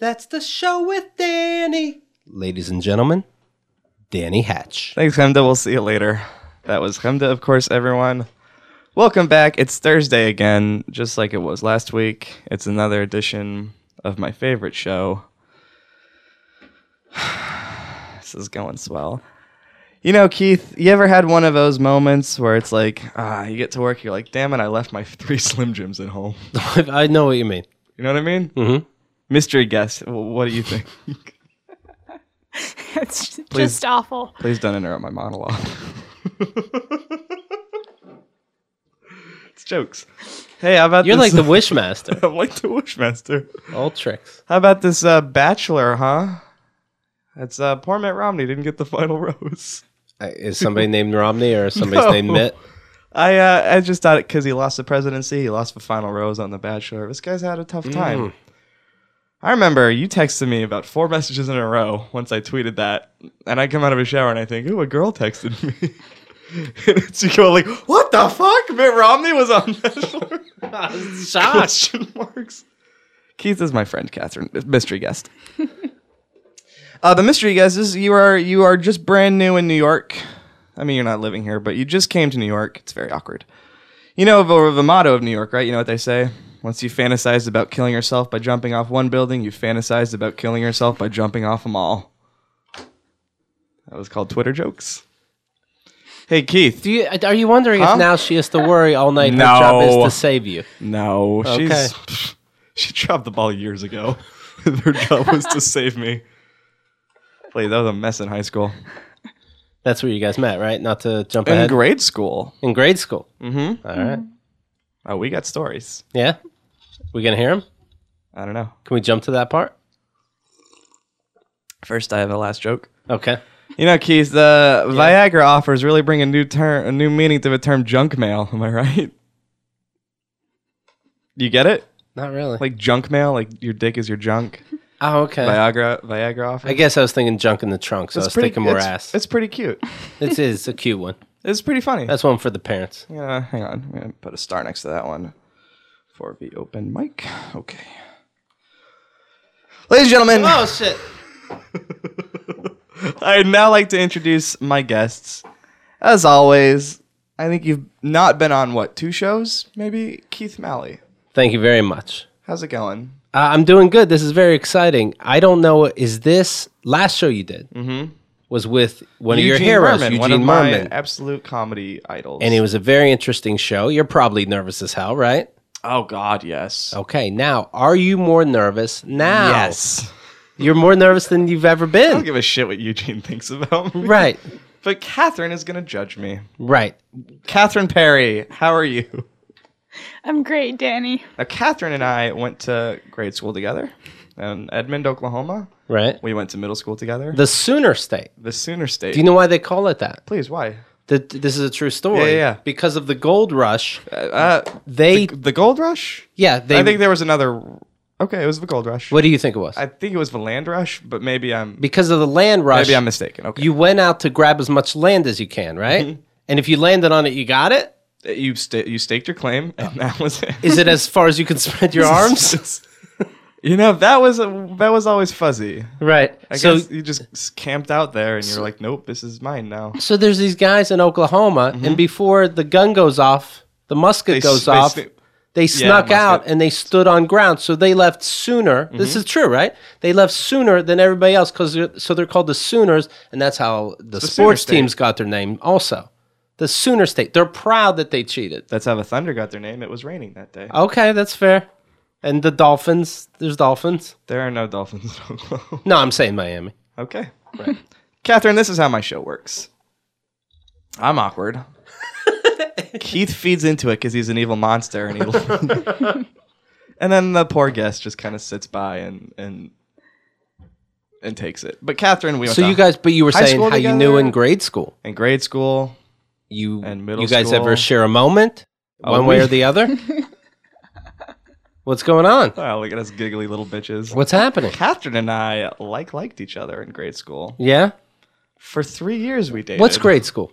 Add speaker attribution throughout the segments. Speaker 1: That's the show with Danny. Ladies and gentlemen, Danny Hatch.
Speaker 2: Thanks, Hemda. We'll see you later. That was Hemda, of course, everyone. Welcome back. It's Thursday again, just like it was last week. It's another edition of my favorite show. this is going swell. You know, Keith, you ever had one of those moments where it's like, ah, you get to work, you're like, damn it, I left my three Slim Jims at home.
Speaker 1: I know what you mean.
Speaker 2: You know what I mean?
Speaker 1: Mhm.
Speaker 2: Mystery guest. Wh- What do you think?
Speaker 3: It's just
Speaker 2: Please.
Speaker 3: awful.
Speaker 2: Please don't interrupt my monologue. it's jokes. Hey, how about
Speaker 1: You're
Speaker 2: this?
Speaker 1: like the wishmaster.
Speaker 2: I'm like the Wishmaster.
Speaker 1: All tricks.
Speaker 2: How about this uh, Bachelor, huh? That's uh, poor Mitt Romney didn't get the final rose.
Speaker 1: Uh, Is somebody named Romney or is somebody's
Speaker 2: No.
Speaker 1: named Mitt?
Speaker 2: I uh, I just thought it because he lost the presidency, he lost the final rose on the Bachelor. This guy's had a tough time. I remember you texted me about four messages in a row once I tweeted that, and I come out of a shower and I think, "Ooh, a girl texted me." and it's you go like, "What the fuck? Mitt Romney was on Bachelor?" Question marks. Keith is my friend, Catherine, mystery guest. uh, the mystery guest is you are you are just brand new in New York. I mean, you're not living here, but you just came to New York. It's very awkward. You know the, the motto of New York, right? You know what they say. Once you fantasized about killing yourself by jumping off one building, you fantasized about killing yourself by jumping off them all. That was called Twitter jokes. Hey Keith.
Speaker 1: Do you, are you wondering
Speaker 2: Huh?
Speaker 1: if now she has to worry all night? Her job is
Speaker 2: No.
Speaker 1: to save you.
Speaker 2: No,
Speaker 1: Okay.
Speaker 2: she's she dropped the ball years ago. Their job was to save me. Wait, that was a mess in high school.
Speaker 1: That's where you guys met, right? Not to jump
Speaker 2: In
Speaker 1: ahead.
Speaker 2: grade school.
Speaker 1: In grade school.
Speaker 2: Mm-hmm.
Speaker 1: All right.
Speaker 2: Oh, we got stories.
Speaker 1: Yeah. We gonna hear him?
Speaker 2: I don't know.
Speaker 1: Can we jump to that part?
Speaker 2: First, I have a last joke.
Speaker 1: Okay.
Speaker 2: You know, Keith, the Viagra offers really bring a new term, a new meaning to the term junk mail. Am I right? You get it?
Speaker 1: Not really.
Speaker 2: Like junk mail, like your dick is your junk.
Speaker 1: oh, okay.
Speaker 2: Viagra, Viagra offers.
Speaker 1: I guess I was thinking junk in the trunk, so I was thinking more
Speaker 2: it's,
Speaker 1: ass.
Speaker 2: It's pretty cute.
Speaker 1: This is a cute one.
Speaker 2: It's pretty funny.
Speaker 1: That's one for the parents.
Speaker 2: Yeah, hang on. I'm gonna put a star next to that one for the open mic. Okay. Ladies and gentlemen,
Speaker 1: Oh shit!
Speaker 2: I'd now like to introduce my guests. As always, I think you've not been on what two shows? Maybe Keith Malley.
Speaker 1: Thank you very much.
Speaker 2: How's it going?
Speaker 1: Uh, I'm doing good. This is very exciting. I don't know. Is this last show you did? Mm-hmm. Was with one of your heroes,
Speaker 2: Merman,
Speaker 1: Eugene
Speaker 2: one of
Speaker 1: Merman,
Speaker 2: my absolute comedy idols.
Speaker 1: and it was a very interesting show. You're probably nervous as hell, right?
Speaker 2: oh God, yes,
Speaker 1: Okay. Now, are you more nervous now?
Speaker 2: yes.
Speaker 1: You're more nervous than you've ever
Speaker 2: I don't
Speaker 1: been.
Speaker 2: give a shit what Eugene thinks about me.
Speaker 1: Right.
Speaker 2: But Catherine is gonna judge me.
Speaker 1: Right.
Speaker 2: Catherine Perry, how are you?
Speaker 3: I'm great, Danny.
Speaker 2: Now, Catherine and I went to grade school together in Edmond, Oklahoma.
Speaker 1: Right.
Speaker 2: We went to middle school together. The,
Speaker 1: The Sooner State.
Speaker 2: Sooner State.
Speaker 1: Do you know why they call it that?
Speaker 2: Please, why?
Speaker 1: That this is a true story.
Speaker 2: Yeah, yeah, yeah.
Speaker 1: Because of the gold rush,
Speaker 2: Uh,
Speaker 1: they
Speaker 2: the Gold Rush?
Speaker 1: yeah they.
Speaker 2: I think there was another. Okay, it was the Gold Rush.
Speaker 1: what do you think it was?
Speaker 2: I think it was the Land Rush, but maybe I'm
Speaker 1: because of the land rush,
Speaker 2: maybe I'm mistaken. Okay,
Speaker 1: you went out to grab as much land as you can, right?
Speaker 2: Mm-hmm.
Speaker 1: And if you landed on it, you got it.
Speaker 2: Uh, you sta- you staked your claim, and that was it.
Speaker 1: Is it as far as you can spread your Oh. arms?
Speaker 2: you know that was that was always fuzzy.
Speaker 1: right.
Speaker 2: I
Speaker 1: so
Speaker 2: guess you just s- camped out there, and you're like, nope, this is mine now.
Speaker 1: so there's these guys in Oklahoma, and before the gun goes off, the musket
Speaker 2: Mm-hmm. They
Speaker 1: goes
Speaker 2: s- they
Speaker 1: off.
Speaker 2: sni-
Speaker 1: they snuck
Speaker 2: musket.
Speaker 1: out and they stood on ground, so they left sooner. This
Speaker 2: Mm-hmm.
Speaker 1: is true, right? They left sooner than everybody else, because so they're called the Sooners, and that's how the,
Speaker 2: Sooner
Speaker 1: sports
Speaker 2: State.
Speaker 1: teams got their name. Also, the Sooner State. They're proud that they cheated.
Speaker 2: That's how the Thunder got their name. It was raining that day.
Speaker 1: Okay, that's fair. And the Dolphins, there's Dolphins.
Speaker 2: There are no dolphins in Oklahoma.
Speaker 1: No, I'm saying Miami.
Speaker 2: Okay. Catherine, this is how my show works. I'm awkward. Keith feeds into it because he's an evil monster, and he. and then the poor guest just kind of sits by and and and takes it. But Catherine, we went
Speaker 1: So
Speaker 2: to
Speaker 1: you guys, but you were
Speaker 2: High
Speaker 1: saying
Speaker 2: school
Speaker 1: how you knew
Speaker 2: together?
Speaker 1: in grade school.
Speaker 2: in grade school.
Speaker 1: You
Speaker 2: And middle
Speaker 1: you guys
Speaker 2: school.
Speaker 1: ever share a moment, one way
Speaker 2: we-
Speaker 1: or the other? What's going on?
Speaker 2: Oh, look at us giggly little bitches.
Speaker 1: What's happening?
Speaker 2: Catherine and I like liked each other in grade school
Speaker 1: Yeah.
Speaker 2: for three years. We dated.
Speaker 1: What's grade school?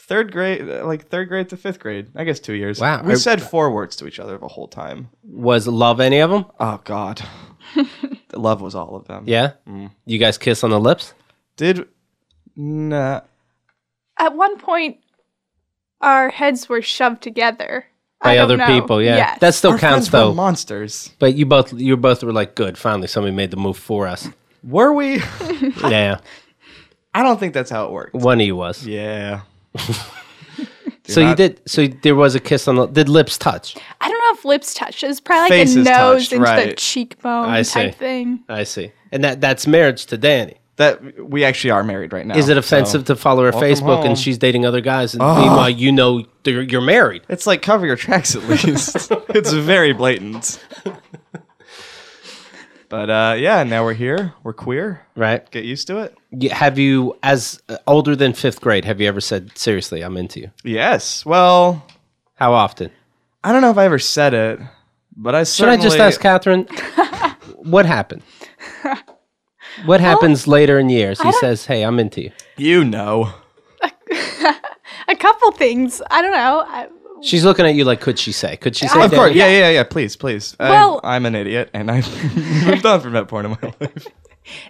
Speaker 2: third grade, like third grade to fifth grade. I guess two years.
Speaker 1: Wow.
Speaker 2: We
Speaker 1: I-
Speaker 2: said four words to each other the whole time.
Speaker 1: Was love any of them?
Speaker 2: Oh God. Love was all of them.
Speaker 1: Yeah.
Speaker 2: Mm.
Speaker 1: You guys kiss on the lips.
Speaker 2: Did nah.
Speaker 3: At one point, our heads were shoved together I
Speaker 1: By
Speaker 3: don't
Speaker 1: other
Speaker 3: know.
Speaker 1: people, yeah,
Speaker 3: Yes.
Speaker 1: that still
Speaker 2: Our
Speaker 1: counts
Speaker 2: friends were
Speaker 1: though.
Speaker 2: monsters.
Speaker 1: but you both, you both were like, "Good, finally, somebody made the move for us."
Speaker 2: Were we?
Speaker 1: yeah,
Speaker 2: I don't think that's how it worked.
Speaker 1: one of you was.
Speaker 2: Yeah.
Speaker 1: so
Speaker 2: not-
Speaker 1: you did. So there was a kiss on the. Did lips touch?
Speaker 3: I don't know if lips touched. It was probably like a
Speaker 2: Faces
Speaker 3: nose
Speaker 2: touched,
Speaker 3: into the
Speaker 2: right.
Speaker 3: cheekbone
Speaker 1: I see.
Speaker 3: type thing.
Speaker 1: I see. And that that's marriage to Danny.
Speaker 2: That we actually are married right now.
Speaker 1: Is it
Speaker 2: so-
Speaker 1: offensive to follow her
Speaker 2: welcome
Speaker 1: Facebook
Speaker 2: home. Ah.
Speaker 1: and she's dating other guys, and meanwhile you know you're, you're married?
Speaker 2: It's like cover your tracks at least. it's very blatant. But uh, yeah, now we're here. We're queer.
Speaker 1: Right?
Speaker 2: Get used to it.
Speaker 1: Y- Have you, as uh, older than fifth grade, have you ever said seriously, "I'm into you"?
Speaker 2: Yes. Well,
Speaker 1: How often?
Speaker 2: I don't know if I ever said it, but I
Speaker 1: Should I
Speaker 2: certainly.
Speaker 1: just ask Catherine what happened? What happens later in years? He says, "Hey, I'm into you."
Speaker 2: You know.
Speaker 3: A couple things. I don't know. I,
Speaker 1: She's looking at you like, "Could she say? Could she say?"
Speaker 2: Of
Speaker 1: that?"
Speaker 2: course. Yeah, yeah, yeah. Please, please.
Speaker 3: Well-
Speaker 2: I, am an idiot, and I've moved on from that point in my life.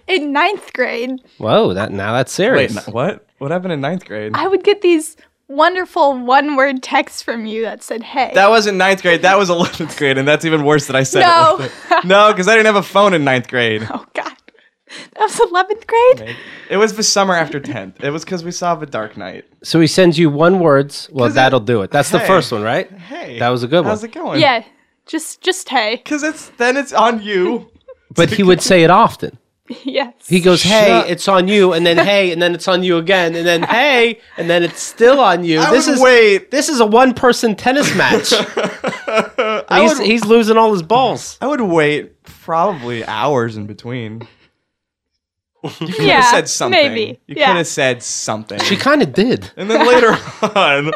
Speaker 3: in ninth grade,
Speaker 1: Whoa, that now that's
Speaker 2: Wait,
Speaker 1: serious.
Speaker 2: n- what? What happened in ninth grade?
Speaker 3: I would get these wonderful one word texts from you that said, hey.
Speaker 2: That wasn't ninth grade. That was 11th grade, and that's even worse that I said
Speaker 3: No.
Speaker 2: it. like that. no, because I didn't have a phone in ninth grade.
Speaker 3: oh, God. That was 11th grade?
Speaker 2: It was the summer after 10th. It was because we saw The Dark Knight.
Speaker 1: So he sends you one words. Well,
Speaker 2: 'Cause it-
Speaker 1: that'll do it. That's the
Speaker 2: Hey.
Speaker 1: first one, right?
Speaker 2: Hey,
Speaker 1: That was a good
Speaker 2: how's
Speaker 1: one.
Speaker 2: it going?
Speaker 3: Yeah. Just, just hey.
Speaker 2: because it's then it's on you.
Speaker 1: But he would say it often.
Speaker 3: Yes.
Speaker 1: He goes, "Hey,
Speaker 2: Shut-
Speaker 1: it's on you," and then "Hey," and then it's on you again, and then "Hey," and then it's still on you.
Speaker 2: I
Speaker 1: this
Speaker 2: would
Speaker 1: is
Speaker 2: wait.
Speaker 1: this is a one-person tennis match.
Speaker 2: I
Speaker 1: he's,
Speaker 2: would,
Speaker 1: he's losing all his balls.
Speaker 2: I would wait probably hours in between. You could
Speaker 3: Yeah,
Speaker 2: have said something.
Speaker 3: maybe.
Speaker 2: You
Speaker 3: Yeah.
Speaker 2: could have said something.
Speaker 1: She kind of did.
Speaker 2: And then later on,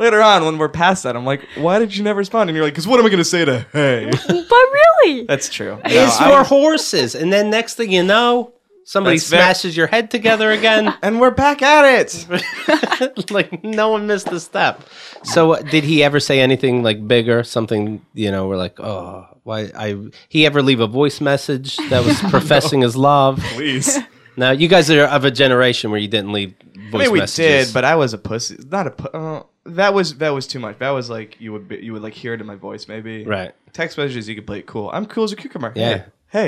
Speaker 2: later on, when we're past that, I'm like, why did you never respond? And you're like, because what am I going to say to hey?
Speaker 3: But really,
Speaker 2: That's true. No,
Speaker 1: It's
Speaker 2: I
Speaker 1: for
Speaker 2: would-
Speaker 1: horses, and then next thing you know, somebody
Speaker 2: That's very-
Speaker 1: smashes your head together again.
Speaker 2: and we're back at it.
Speaker 1: like no one missed a step. So uh, did he ever say anything like bigger? Something you know? We're like, oh, why? I he ever leave a voice message that was professing his love?
Speaker 2: Please.
Speaker 1: Now you guys are of a generation where you didn't leave voice
Speaker 2: I mean, we
Speaker 1: messages.
Speaker 2: did, but I was a pussy. Not a. Pu- uh, that was that was too much. That was like you would be, you would like hear it in my voice maybe.
Speaker 1: right.
Speaker 2: Text messages you could play it cool. I'm cool as a cucumber.
Speaker 1: Yeah.
Speaker 2: Hey,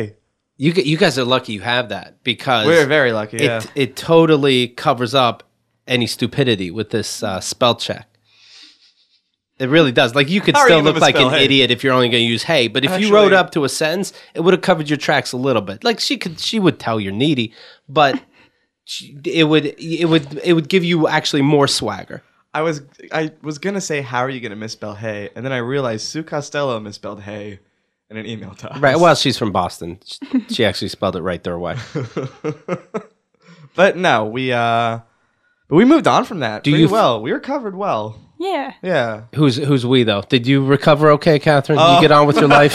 Speaker 2: hey.
Speaker 1: You gu- you guys are lucky you have that because
Speaker 2: we're very lucky.
Speaker 1: it
Speaker 2: Yeah.
Speaker 1: it totally covers up any stupidity with this uh, spell check. It really does. Like you could
Speaker 2: How are
Speaker 1: still
Speaker 2: you
Speaker 1: look
Speaker 2: gonna
Speaker 1: like an
Speaker 2: spell hey?
Speaker 1: idiot if you're only going to use hey, but if you rode
Speaker 2: Actually-
Speaker 1: up to a sentence, it would have covered your tracks a little bit. Like she could she would tell you're needy, but she- it would it would it would give you actually more swagger.
Speaker 2: I was I was gonna say how are you gonna misspell hey, and then I realized Sue Costello misspelled hey in an email to us.
Speaker 1: Right. Well, she's from Boston. She- She actually spelled it right their way.
Speaker 2: But no, we uh, but we moved on from that pretty
Speaker 1: you f-
Speaker 2: well. We were covered well.
Speaker 3: yeah.
Speaker 2: Yeah.
Speaker 1: Who's who's we though? Did you recover okay, Catherine? Did you get on with your life?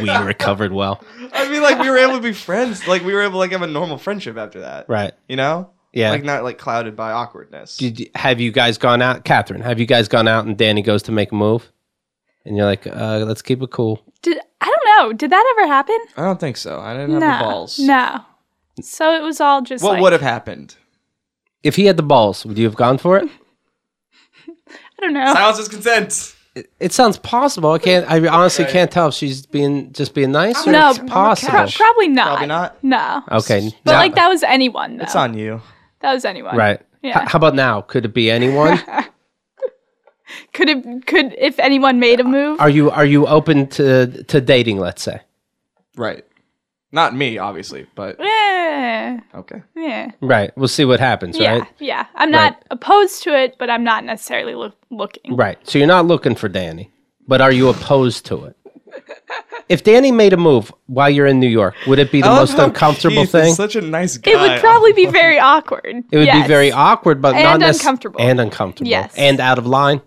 Speaker 1: we recovered well.
Speaker 2: I mean, like we were able to be friends. Like we were able to like have a normal friendship after that.
Speaker 1: Right.
Speaker 2: You know.
Speaker 1: Yeah.
Speaker 2: Like not like clouded by awkwardness.
Speaker 1: Did you- have you guys gone out, Catherine? Have you guys gone out and Danny goes to make a move, and you're like, uh, let's keep it cool.
Speaker 3: Did I don't know. Did that ever happen?
Speaker 2: I don't think so. I didn't have
Speaker 3: No.
Speaker 2: the balls.
Speaker 3: No. So it was all just
Speaker 2: What
Speaker 3: like,
Speaker 2: would have happened?
Speaker 1: If he had the balls, would you have gone for it?
Speaker 3: I don't know.
Speaker 2: Silence is consent.
Speaker 1: It sounds possible. I can't. I honestly can't tell if she's being just being nice. Or
Speaker 3: No,
Speaker 1: it's possible.
Speaker 3: pro- probably not.
Speaker 2: Probably not. Oh.
Speaker 3: No.
Speaker 1: Okay,
Speaker 3: But
Speaker 1: now-
Speaker 3: like that was anyone though.
Speaker 2: It's on you.
Speaker 3: That was anyone.
Speaker 1: right.
Speaker 3: Yeah.
Speaker 1: H- how about now? Could it be anyone?
Speaker 3: Could it could if anyone made a move?
Speaker 1: are you are you open to to dating? Let's say.
Speaker 2: Right. Not me, obviously, but
Speaker 3: yeah.
Speaker 2: okay.
Speaker 3: Eh. Yeah.
Speaker 1: Right. We'll see what happens.
Speaker 3: Yeah.
Speaker 1: Right.
Speaker 3: Yeah. I'm not opposed to it, but I'm not necessarily loo- looking.
Speaker 1: Right. So you're not looking for Danny, but are you opposed to it? If Danny made a move while you're in New York, would it
Speaker 2: Oh,
Speaker 1: be the most uncomfortable thing?
Speaker 2: Such a nice guy.
Speaker 3: It would probably be very awkward.
Speaker 1: It would be very awkward, but not
Speaker 3: And
Speaker 1: necess-
Speaker 3: uncomfortable.
Speaker 1: and uncomfortable,
Speaker 3: Yes.
Speaker 1: and out of line.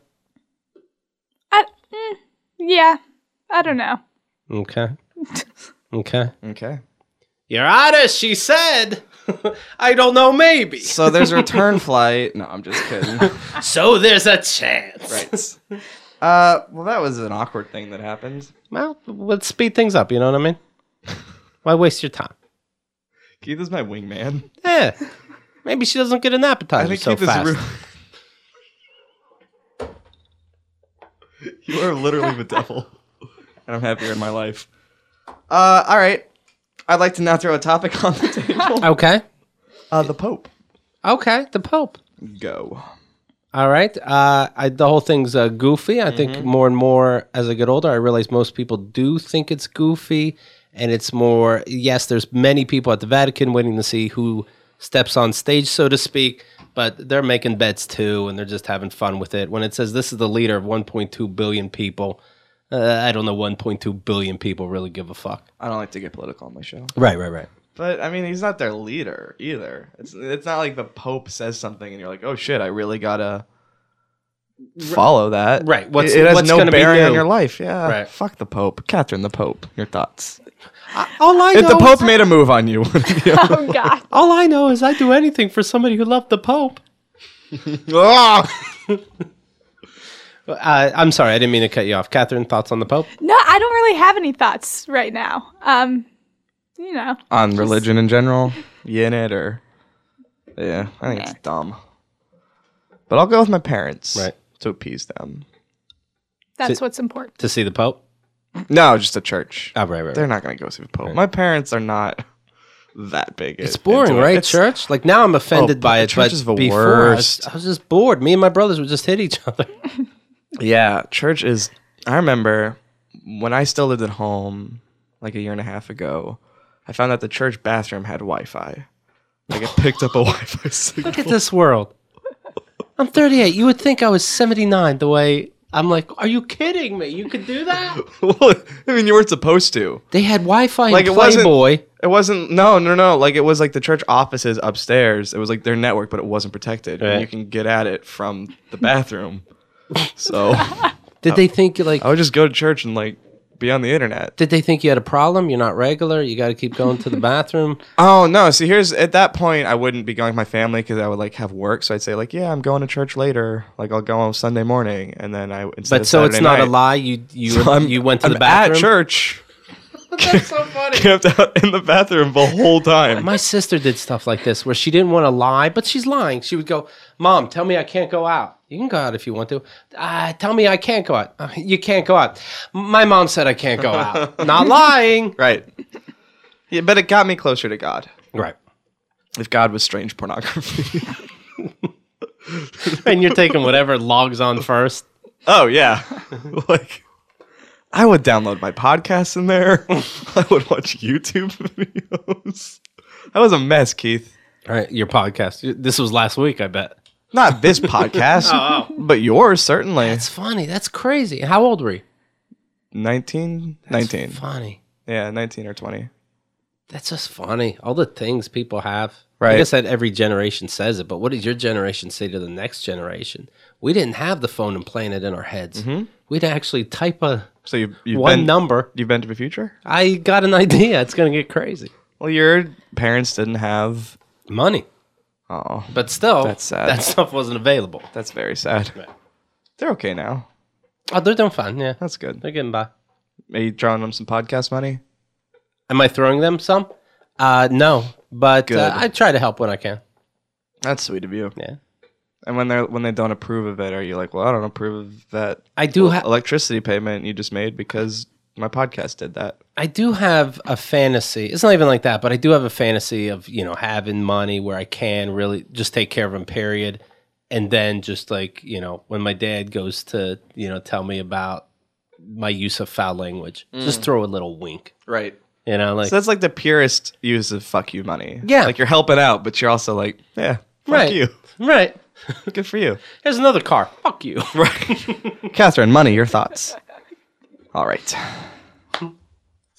Speaker 3: I, mm, yeah. I don't know.
Speaker 1: Okay, okay.
Speaker 2: Oh, Okay.
Speaker 1: You're honest, she said. I don't know, maybe.
Speaker 2: So there's a return flight. No, I'm just kidding.
Speaker 1: So there's a chance.
Speaker 2: right. Uh, well, that was an awkward thing that happened.
Speaker 1: Well, let's speed things up. You know what I mean? Why waste your time?
Speaker 2: Keith is my wingman.
Speaker 1: Yeah. Maybe she doesn't get an
Speaker 2: I
Speaker 1: appetizer
Speaker 2: think
Speaker 1: so
Speaker 2: Keith
Speaker 1: fast.
Speaker 2: is. Ru- you are literally the devil, and I'm happier in my life. Uh, all right. I'd like to now throw a topic on the table.
Speaker 1: okay.
Speaker 2: Uh, the Pope.
Speaker 1: Okay. The Pope.
Speaker 2: Go.
Speaker 1: All right. Uh, I, the whole thing's uh, goofy. I think more and more as I get older, I realize most people do think it's goofy, and it's more. Yes, there's many people at the Vatican waiting to see who steps on stage, so to speak. But they're making bets too, and they're just having fun with it. When it says this is the leader of 1.2 billion people, uh, I don't know 1.2 billion people really give a fuck.
Speaker 2: I don't like to get political on my show.
Speaker 1: Right. Right. Right.
Speaker 2: But I mean, he's not their leader either. It's it's not like the Pope says something and you're like, oh shit, I really gotta follow that.
Speaker 1: Right. What's-
Speaker 2: it, it has
Speaker 1: what's
Speaker 2: no
Speaker 1: gonna be
Speaker 2: bearing on
Speaker 1: new?
Speaker 2: your life. Yeah.
Speaker 1: Right.
Speaker 2: Fuck the Pope, Catherine the Pope. Your thoughts?
Speaker 1: All I
Speaker 2: If
Speaker 1: know
Speaker 2: the
Speaker 1: is-
Speaker 2: Pope made a move on you, would it be-
Speaker 3: Oh God.
Speaker 1: all I know is I do anything for somebody who loved the Pope.
Speaker 2: Ah!
Speaker 1: Uh, I'm sorry, I didn't mean to cut you off. Catherine, thoughts on the Pope?
Speaker 3: No, I don't really have any thoughts right now. Um, you know,
Speaker 2: on religion in general, you in it or yeah, I think it's
Speaker 3: Meh.
Speaker 2: dumb. But I'll go with my parents,
Speaker 1: Right.
Speaker 2: to appease them.
Speaker 3: that's what's important.
Speaker 1: To see the Pope?
Speaker 2: No, just a church.
Speaker 1: Oh, right, right.
Speaker 2: They're
Speaker 1: right.
Speaker 2: not gonna go see the Pope. My parents are not that big.
Speaker 1: It's boring, right? church? Like now I'm offended
Speaker 2: Oh,
Speaker 1: by
Speaker 2: the
Speaker 1: it,
Speaker 2: church
Speaker 1: but
Speaker 2: is the
Speaker 1: before I was-
Speaker 2: worst.
Speaker 1: I, was, just bored. Me and my brothers would just hit each other.
Speaker 2: Yeah, church is. I remember when I still lived at home, like a year and a half ago. I found out the church bathroom had Wi-Fi. Like it picked up a Wi-Fi signal.
Speaker 1: Look at this world. I'm 38. You would think I was 79 the way I'm like, are you kidding me? You could do that?
Speaker 2: I mean, you weren't supposed to.
Speaker 1: They had Wi-Fi
Speaker 2: Like, it
Speaker 1: and
Speaker 2: wasn't-
Speaker 1: Playboy.
Speaker 2: It wasn't. No, no, no. Like it was like the church offices upstairs. It was like their network, but it wasn't protected.
Speaker 1: Right.
Speaker 2: And you can get at it from the bathroom. so Oh.
Speaker 1: Did they think you like
Speaker 2: I would just go to church and like be on the internet.
Speaker 1: did they think you had a problem? You're not regular. You got to keep going to the bathroom.
Speaker 2: Oh no! See, here's at that point, I wouldn't be going with my family because I would like have work. So I'd say like, yeah, I'm going to church later. Like I'll go on Sunday morning, and then I. Instead
Speaker 1: But
Speaker 2: of
Speaker 1: so it's
Speaker 2: Saturday
Speaker 1: not a
Speaker 2: night-
Speaker 1: lie. You you
Speaker 2: So I'm-
Speaker 1: you went to
Speaker 2: I'm
Speaker 1: the bathroom
Speaker 2: at church,
Speaker 1: That's so funny.
Speaker 2: camped out in the bathroom the whole time.
Speaker 1: My sister did stuff like this where she didn't want to lie, but she's lying. She would go, Mom, tell me I can't go out. You can go out if you want to. Uh, tell me I can't go out. "Uh, you can't go out. My mom said I can't go out. Not lying.
Speaker 2: right. Yeah, but it got me closer to God.
Speaker 1: Right.
Speaker 2: If God was strange pornography.
Speaker 1: And you're taking whatever logs on first.
Speaker 2: oh yeah, like. I would download my podcasts in there. I would watch YouTube videos. I was a mess, Keith.
Speaker 1: All right, your podcast. This was last week, I bet.
Speaker 2: Not this podcast, but yours certainly.
Speaker 1: That's funny. That's crazy. How old were you?
Speaker 2: 19 19
Speaker 1: Funny.
Speaker 2: yeah 19 or 20
Speaker 1: That's just funny. All the things people have. I
Speaker 2: Right.
Speaker 1: guess that every generation says it, but what does your generation say to the next generation? We didn't have the phone and playing it in our heads. We'd actually type a
Speaker 2: so you've, Mm-hmm. you've
Speaker 1: one
Speaker 2: been
Speaker 1: number.
Speaker 2: you've been to the future
Speaker 1: I got an idea. It's going to get crazy.
Speaker 2: well your parents didn't have
Speaker 1: Money.
Speaker 2: oh
Speaker 1: But still,
Speaker 2: That's sad.
Speaker 1: that stuff wasn't available.
Speaker 2: that's very sad they're okay now
Speaker 1: Oh, they're doing fine. Yeah.
Speaker 2: that's good
Speaker 1: They're getting by.
Speaker 2: are you drawing them some podcast money
Speaker 1: Am I throwing them some? Uh, no, but
Speaker 2: Good.
Speaker 1: uh, I try to help when I can.
Speaker 2: that's sweet of you
Speaker 1: Yeah.
Speaker 2: and when they're when they don't approve of it are you like well i don't approve of that
Speaker 1: I do have.
Speaker 2: electricity payment you just made because my podcast did that
Speaker 1: I do have a fantasy. It's not even like that, but I do have a fantasy of, you know, having money where I can really just take care of him, period. And then just like, you know, when my dad goes to, you know, tell me about my use of foul language, just throw a little wink,
Speaker 2: right
Speaker 1: you know, like,
Speaker 2: so that's like the purest use of fuck you money
Speaker 1: Yeah.
Speaker 2: like you're helping out but you're also like yeah fuck
Speaker 1: Right.
Speaker 2: you
Speaker 1: right.
Speaker 2: good for you
Speaker 1: Here's another car. Fuck you.
Speaker 2: Catherine, money, your thoughts. All right.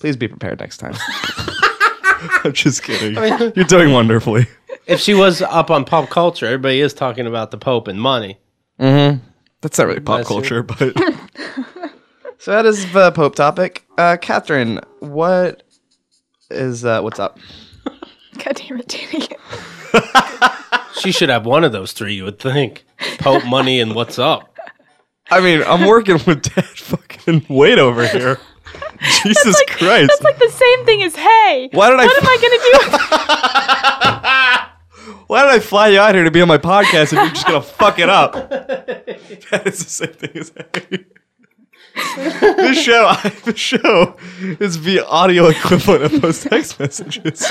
Speaker 2: Please be prepared next time. I'm just kidding. You're doing wonderfully.
Speaker 1: if she was up on pop culture, everybody is talking about the Pope and money.
Speaker 2: That's not really
Speaker 1: Bless you.
Speaker 2: pop culture, but. so that is the Pope topic. Uh, Catherine, what is uh, what's up?
Speaker 3: God damn it, Danny.
Speaker 1: She should have one of those three, you would think. Pope, money, and what's up.
Speaker 2: I mean, I'm working with Dad fucking Wade over here. Jesus
Speaker 3: like,
Speaker 2: Christ.
Speaker 3: That's like the same thing as hey.
Speaker 2: Why did I
Speaker 3: What am I gonna do?
Speaker 2: Why did I fly you out here to be on my podcast if you're just gonna fuck it up? that is the same thing as this show. this show is the audio equivalent of those text messages.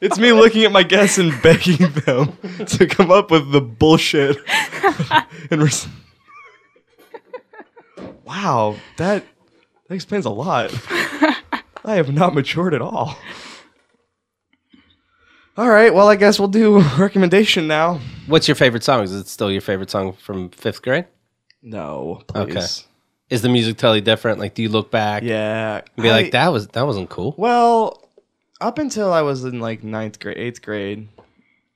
Speaker 2: It's me looking at my guests and begging them to come up with the bullshit. and res- wow, that that explains a lot. I have not matured at all. All right, well, I guess we'll do recommendation now.
Speaker 1: What's your favorite song? Is it still your favorite song from fifth grade?
Speaker 2: No,
Speaker 1: Okay. Is the music totally different? Like, do you look back
Speaker 2: Yeah.
Speaker 1: and be
Speaker 2: I-
Speaker 1: like, that was that wasn't cool?
Speaker 2: Well, up until I was in like ninth grade, eighth grade,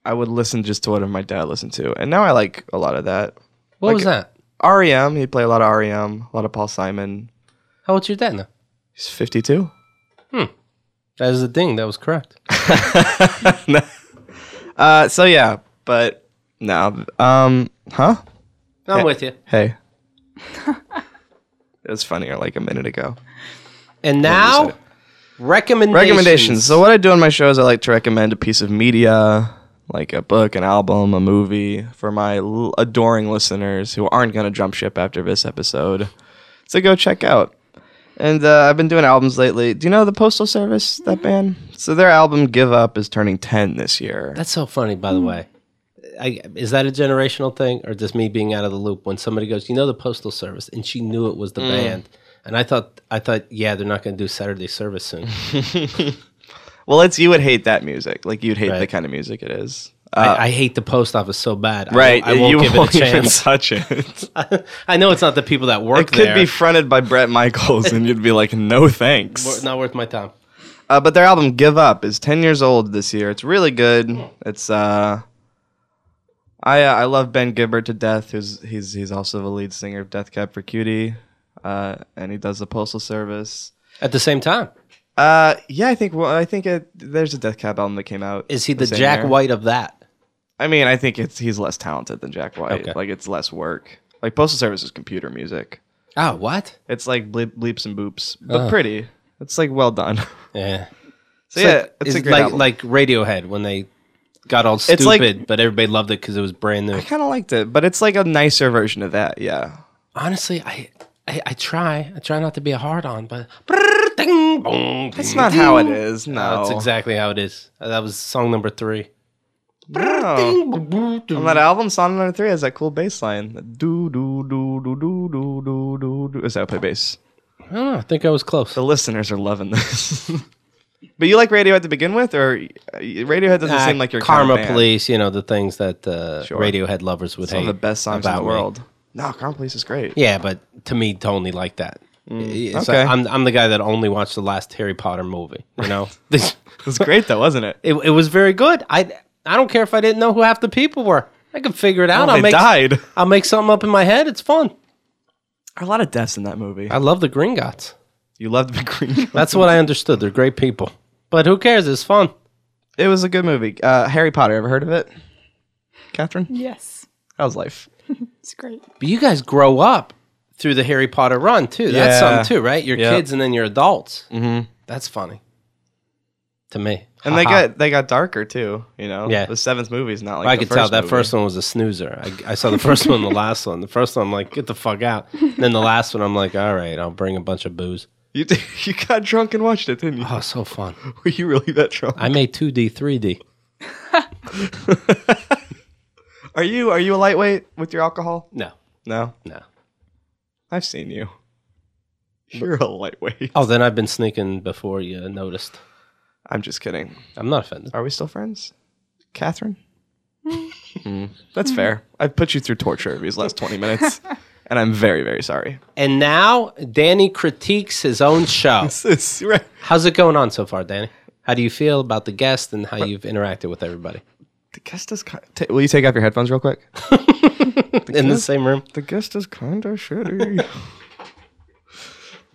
Speaker 2: I would listen just to whatever my dad listened to, and now I like a lot of that.
Speaker 1: What was
Speaker 2: uh,
Speaker 1: that?
Speaker 2: REM, he'd play a lot of REM, a lot of Paul Simon.
Speaker 1: How old's your dad now?
Speaker 2: He's fifty-two.
Speaker 1: That is a ding. That was correct.
Speaker 2: Uh, so yeah, but no, um, huh?
Speaker 1: I'm with you.
Speaker 2: Hey, it was funnier like a minute ago.
Speaker 1: And now, recommendations.
Speaker 2: recommendations. So what I do on my show is I like to recommend a piece of media, like a book, an album, a movie, for my l- adoring listeners who aren't gonna jump ship after this episode. So go check out. And uh, I've been doing albums lately. Do you know the Postal Service, that
Speaker 1: Mm-hmm.
Speaker 2: band? So their album "Give Up" is turning ten this year.
Speaker 1: That's so funny, by the
Speaker 2: Hmm.
Speaker 1: way. I, is that a generational thing or just me being out of the loop when somebody goes, you know, the postal service, and she knew it was the band, and I thought, I thought, yeah, they're not going to do Saturday service soon.
Speaker 2: Uh, well, it's you would hate that music. Like you'd hate
Speaker 1: Right.
Speaker 2: the kind of music it is. Uh,
Speaker 1: I, I hate the post office so bad. I
Speaker 2: Right,
Speaker 1: won't- I, won't
Speaker 2: you
Speaker 1: give
Speaker 2: won't
Speaker 1: it a
Speaker 2: even
Speaker 1: chance.
Speaker 2: touch it.
Speaker 1: I know it's not the people that work
Speaker 2: it could
Speaker 1: there.
Speaker 2: be fronted by Brett Michaels, and you'd be like, "No thanks."
Speaker 1: Wor- not worth my time.
Speaker 2: Uh, but their album "Give Up" is ten years old this year. It's really good. It's uh, I uh, I love Ben Gibbard to death. Who's he's he's also the lead singer of Death Cab for Cutie, uh, and he does the Postal Service.
Speaker 1: At the same time,
Speaker 2: Uh, yeah, I think well, I think it, there's a Death Cab album that came out.
Speaker 1: is he the
Speaker 2: same
Speaker 1: Jack
Speaker 2: year.
Speaker 1: White of that?
Speaker 2: I mean, I think it's he's less talented than Jack White.
Speaker 1: Okay.
Speaker 2: Like it's less work. Like Postal Service is computer music.
Speaker 1: Oh, what?
Speaker 2: It's like bleep, bleeps and boops, but pretty. It's like well done.
Speaker 1: Yeah.
Speaker 2: so yeah,
Speaker 1: like,
Speaker 2: it's a great
Speaker 1: like,
Speaker 2: album.
Speaker 1: like Radiohead when they got all stupid,
Speaker 2: It's like-
Speaker 1: but everybody loved it because it was brand new.
Speaker 2: I kind of liked it, but it's like a nicer version of that. Yeah.
Speaker 1: Honestly, I, I I try I try not to be a hard on, but Brrr, ding, bong,
Speaker 2: That's
Speaker 1: ding.
Speaker 2: not how it is. No,
Speaker 1: That's exactly how it is. Uh, That was song number three.
Speaker 2: No. On that album, song number three has that cool bass line. Do do do do do do do do do. Is that play bass?
Speaker 1: I don't know. I think I was close.
Speaker 2: The listeners are loving this. but you like Radiohead to begin with, or uh, Radiohead doesn't
Speaker 1: Ah,
Speaker 2: seem like your
Speaker 1: Karma
Speaker 2: kind of band.
Speaker 1: Police, you know the things that uh,
Speaker 2: Sure.
Speaker 1: Radiohead lovers would
Speaker 2: It's one
Speaker 1: hate.
Speaker 2: of the best songs in the
Speaker 1: about me.
Speaker 2: world. No, Karma Police is great.
Speaker 1: Yeah, but to me, Tony liked that. It's
Speaker 2: Mm. okay.
Speaker 1: like, I'm I'm the guy that only watched the last Harry Potter movie. You know, it
Speaker 2: It was great though, wasn't it?
Speaker 1: it was very good. I I don't care if I didn't know who half the people were. I could figure it out.
Speaker 2: They
Speaker 1: I'll make
Speaker 2: died. There
Speaker 1: I'll make something up in my head. It's fun.
Speaker 2: are a lot of deaths in that movie.
Speaker 1: I love the Gringotts.
Speaker 2: You loved the green.
Speaker 1: That's what I understood. They're great people. But who cares? It's fun.
Speaker 2: it was a good movie. Uh, Harry Potter. Ever heard of it? Catherine,
Speaker 3: yes,
Speaker 2: how's life?
Speaker 3: it's great.
Speaker 1: But you guys grow up through the Harry Potter run too. That's
Speaker 2: Yeah.
Speaker 1: something too, right? You're
Speaker 2: Yep.
Speaker 1: kids and then you're adults. Mm-hmm. That's funny to me.
Speaker 2: And they
Speaker 1: Ha-ha.
Speaker 2: got they got darker too. You know,
Speaker 1: Yeah.
Speaker 2: The seventh movie is not like
Speaker 1: I
Speaker 2: the
Speaker 1: could
Speaker 2: first
Speaker 1: tell that
Speaker 2: movie.
Speaker 1: first one was a snoozer. I, I saw the first one, and the last one. The first one, I'm like, get the fuck out. And then the last one, I'm like, all right, I'll bring a bunch of booze.
Speaker 2: You did, you got drunk and watched it, didn't you?
Speaker 1: Oh, so fun.
Speaker 2: Were you really that drunk?
Speaker 1: I made 2D, 3D.
Speaker 2: Are you are you a lightweight with your alcohol?
Speaker 1: No,
Speaker 2: No,
Speaker 1: no.
Speaker 2: I've seen you. You're a lightweight.
Speaker 1: Oh, then I've been sneaking before you noticed.
Speaker 2: I'm just kidding.
Speaker 1: I'm not offended.
Speaker 2: Are we still friends, Catherine? Mm, That's fair. I've put you through torture these last 20 minutes, and I'm very very sorry.
Speaker 1: And now Danny critiques his own show.
Speaker 2: This is right.
Speaker 1: How's it going on so far, Danny? How do you feel about the guest and how you've interacted with everybody
Speaker 2: The guest is. Kind ta- will you take off your headphones real quick?
Speaker 1: in the same room?
Speaker 2: The guest is kind of shitty.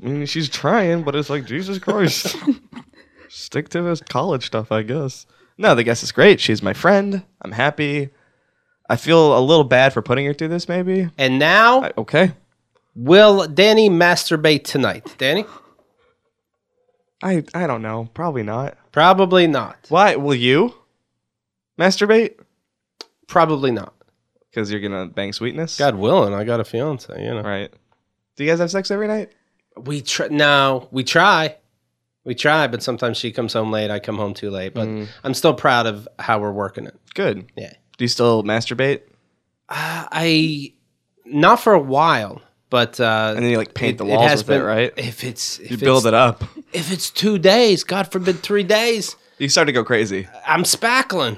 Speaker 2: I mean, she's trying, but it's like Jesus Christ. Stick to this college stuff, I guess. No, the guest is great. She's my friend. I'm happy. I feel a little bad for putting her through this, maybe.
Speaker 1: And now,
Speaker 2: I- okay.
Speaker 1: will Danny masturbate tonight? Danny,
Speaker 2: I I don't know. Probably not.
Speaker 1: Probably not.
Speaker 2: Why? Will you masturbate?
Speaker 1: Probably not.
Speaker 2: Because you're gonna bang sweetness.
Speaker 1: God willing, I got a fiance. You know,
Speaker 2: Right. Do you guys have sex every night?
Speaker 1: we try. No, we try. We try, but sometimes she comes home late. I come home too late. But
Speaker 2: Mm.
Speaker 1: I'm still proud of how we're working it.
Speaker 2: Good.
Speaker 1: Yeah.
Speaker 2: Do you still masturbate?
Speaker 1: Uh, I not for a while, but uh,
Speaker 2: And then you like paint the
Speaker 1: it
Speaker 2: walls
Speaker 1: has
Speaker 2: with it, right?
Speaker 1: If it's if
Speaker 2: You build
Speaker 1: it's,
Speaker 2: it up.
Speaker 1: If it's two days, God forbid, three days,
Speaker 2: You start to go crazy.
Speaker 1: I'm spackling.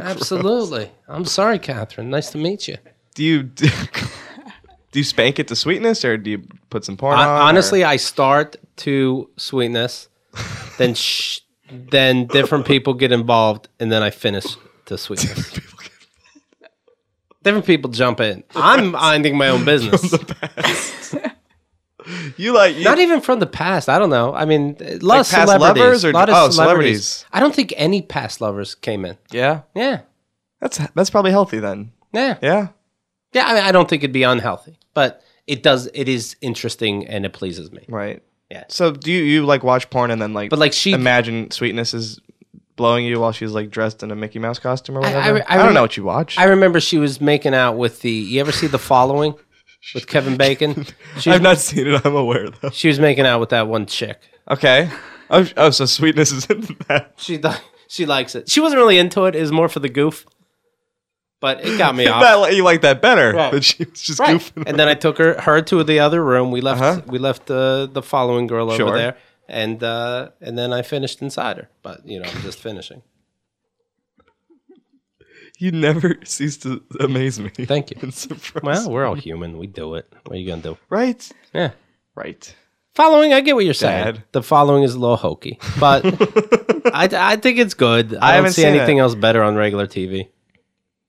Speaker 1: Absolutely. I'm sorry, Catherine. Nice to meet you.
Speaker 2: do you do, you spank it to sweetness or do you put some porn
Speaker 1: I,
Speaker 2: on? or-
Speaker 1: honestly, I start to sweetness, then sh- then different people get involved, and then I finish to sweetness. different people jump in. I'm minding my own business.
Speaker 2: you like you,
Speaker 1: Not even from the past. I don't know. I mean, a lot of
Speaker 2: past
Speaker 1: celebrities.
Speaker 2: lovers or-
Speaker 1: lot of
Speaker 2: oh,
Speaker 1: celebrities.
Speaker 2: celebrities.
Speaker 1: I don't think any past lovers came in.
Speaker 2: yeah.
Speaker 1: Yeah.
Speaker 2: That's that's probably healthy then.
Speaker 1: Yeah.
Speaker 2: Yeah.
Speaker 1: Yeah. I mean, I don't think it'd be unhealthy, but it does, it is interesting and it pleases me.
Speaker 2: Right.
Speaker 1: Yeah.
Speaker 2: So do you, you like watch porn and then like
Speaker 1: But like she,
Speaker 2: imagine sweetness is blowing you while she's like dressed in a Mickey Mouse costume or
Speaker 1: I- I
Speaker 2: whatever? I,
Speaker 1: re- I
Speaker 2: don't
Speaker 1: re-
Speaker 2: know what you watch.
Speaker 1: I remember she was making out with the, you ever see The Following with Kevin Bacon? She was,
Speaker 2: I've not seen it. I'm aware though.
Speaker 1: she was making out with that one chick.
Speaker 2: Okay. Oh, oh, so sweetness is in that.
Speaker 1: She, li- she likes it. She wasn't really into it. It was more for the goof, but it got me off.
Speaker 2: That- you like that better,
Speaker 1: Right.
Speaker 2: but she was just
Speaker 1: Right.
Speaker 2: goofing.
Speaker 1: And then I took her her to the other room. We left we left uh, the the following girl over
Speaker 2: Sure.
Speaker 1: there, and uh, and then I finished inside her. But you know, I'm just finishing.
Speaker 2: You never cease to amaze me.
Speaker 1: Thank you.
Speaker 2: And surprise.
Speaker 1: Well, we're all human. We do it. What are you gonna do?
Speaker 2: right,
Speaker 1: Yeah.
Speaker 2: right.
Speaker 1: Following, I get what you're saying.
Speaker 2: Dad.
Speaker 1: The following is a little hokey, but I, I think it's good. I, don't
Speaker 2: haven't
Speaker 1: see
Speaker 2: seen
Speaker 1: anything else better on regular TV.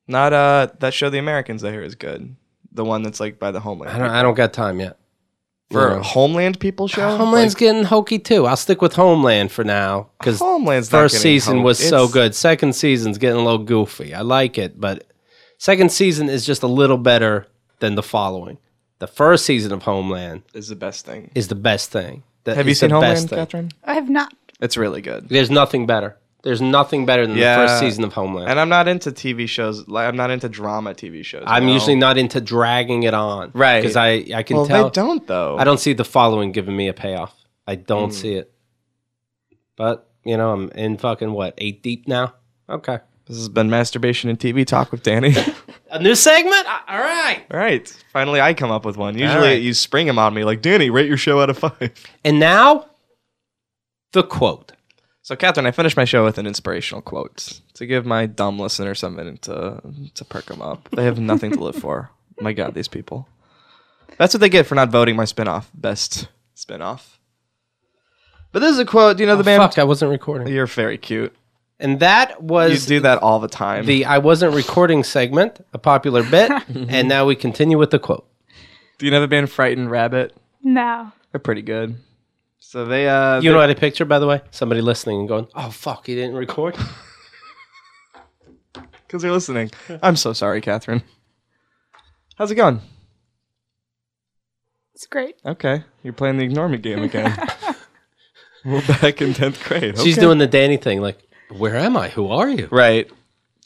Speaker 2: Not uh, that show The Americans I hear is good. The one that's like by the
Speaker 1: I
Speaker 2: Homeland
Speaker 1: don't I don't got time yet.
Speaker 2: for
Speaker 1: Yeah.
Speaker 2: Homeland people show.
Speaker 1: Homeland's getting hokey too. I'll stick with Homeland for now
Speaker 2: Like,
Speaker 1: because
Speaker 2: Homeland's not
Speaker 1: first
Speaker 2: getting
Speaker 1: season
Speaker 2: hope.
Speaker 1: was so
Speaker 2: It's-
Speaker 1: good. Second season's getting a little goofy. I like it, but second season is just a little better than the following. The first season of Homeland
Speaker 2: Is the best thing.
Speaker 1: is the best thing. That
Speaker 2: Have you
Speaker 1: is the
Speaker 2: seen Homeland,
Speaker 1: thing.
Speaker 2: Catherine?
Speaker 3: I have not.
Speaker 2: It's really good.
Speaker 1: There's nothing better. There's nothing better than the
Speaker 2: Yeah.
Speaker 1: first season of Homeland.
Speaker 2: And I'm not into TV shows. Like I'm not into drama TV shows.
Speaker 1: I'm
Speaker 2: you know?
Speaker 1: usually not into dragging it on,
Speaker 2: Right.
Speaker 1: Because I I can
Speaker 2: Well,
Speaker 1: tell
Speaker 2: they don't though.
Speaker 1: I don't see the following giving me a payoff. I don't see it. But you know, I'm in fucking what eight deep now. Okay,
Speaker 2: This has been masturbation and TV talk with Danny.
Speaker 1: a new segment. A- All right.
Speaker 2: All right, finally I come up with one.
Speaker 1: All
Speaker 2: Usually
Speaker 1: right.
Speaker 2: you spring them on me like Danny. Rate your show out of five.
Speaker 1: And now, the quote.
Speaker 2: So, Catherine, I finished my show with an inspirational quote to give my dumb listener something to to perk them up. They have nothing to live for. My God, these people. That's what they get for not voting my spinoff best spinoff. But this is a quote. Do you know the band?
Speaker 1: Oh, Fuck, I wasn't recording.
Speaker 2: You're very cute.
Speaker 1: And that
Speaker 2: You
Speaker 1: was
Speaker 2: do that all the time.
Speaker 1: the I wasn't recording segment, a popular bit. and now we continue with the quote.
Speaker 2: do you know the band Frightened Rabbit?
Speaker 3: No.
Speaker 2: They're pretty good. So they uh
Speaker 1: You know what I picture, by the way? Somebody listening and going, "Oh fuck, he didn't record."
Speaker 2: because they're listening. I'm so sorry, Catherine. How's it going?
Speaker 3: It's great.
Speaker 2: Okay, you're playing the ignore me game again. We're back in tenth grade.
Speaker 1: She's
Speaker 2: okay.
Speaker 1: doing the Danny thing, like, "Where am I? Who are you?"
Speaker 2: Right.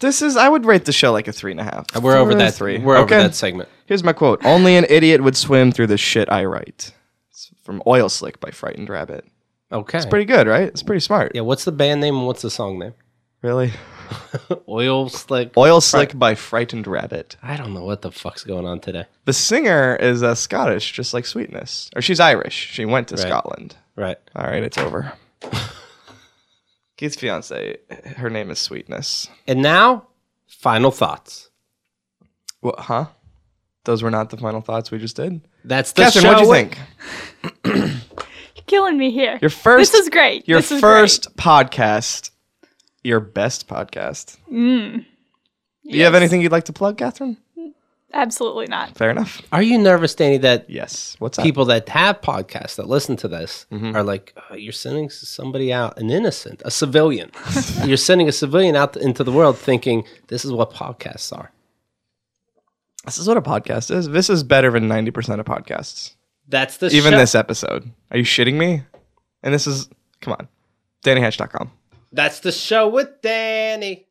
Speaker 2: This is. I would rate the show like a three and a half.
Speaker 1: We're over that.
Speaker 2: Three.
Speaker 1: We're
Speaker 2: okay.
Speaker 1: over that segment.
Speaker 2: Here's my quote: "Only an idiot would swim through the shit I write." It's from Oil Slick by Frightened Rabbit.
Speaker 1: Okay.
Speaker 2: It's pretty good, right? It's pretty smart.
Speaker 1: Yeah, what's the band name and what's the song name?
Speaker 2: Really.
Speaker 1: Oil Slick.
Speaker 2: Oil Slick by Frightened Rabbit.
Speaker 1: I don't know what the fuck's going on today.
Speaker 2: The singer is uh, Scottish, just like Sweetness, or she's Irish. She went to Scotland.
Speaker 1: Right.
Speaker 2: All right, it's over. Keith's fiance, her name is Sweetness.
Speaker 1: And now, final thoughts.
Speaker 2: What, huh? Those were not the final thoughts we just did.
Speaker 1: That's the
Speaker 2: Catherine,
Speaker 1: show.
Speaker 2: what do you think?
Speaker 3: You're killing me here.
Speaker 2: Your first,
Speaker 3: this is great.
Speaker 2: your
Speaker 3: This is
Speaker 2: first podcast, your best podcast. Do you have anything you'd like to plug, Catherine?
Speaker 3: great. Absolutely not.
Speaker 2: Fair enough.
Speaker 1: Are you nervous, Danny, that
Speaker 2: Yes. What's up?
Speaker 1: people that have podcasts that listen to this
Speaker 2: Mm-hmm.
Speaker 1: are like, oh, you're sending somebody out, an innocent, a civilian. you're sending a civilian out into the world thinking, this is what podcasts are.
Speaker 2: This is what a podcast is. This is better than ninety percent of podcasts.
Speaker 1: That's the
Speaker 2: Even
Speaker 1: show.
Speaker 2: this episode. Are you shitting me? And this is, come on, DannyHatch.com.
Speaker 1: That's the show with Danny.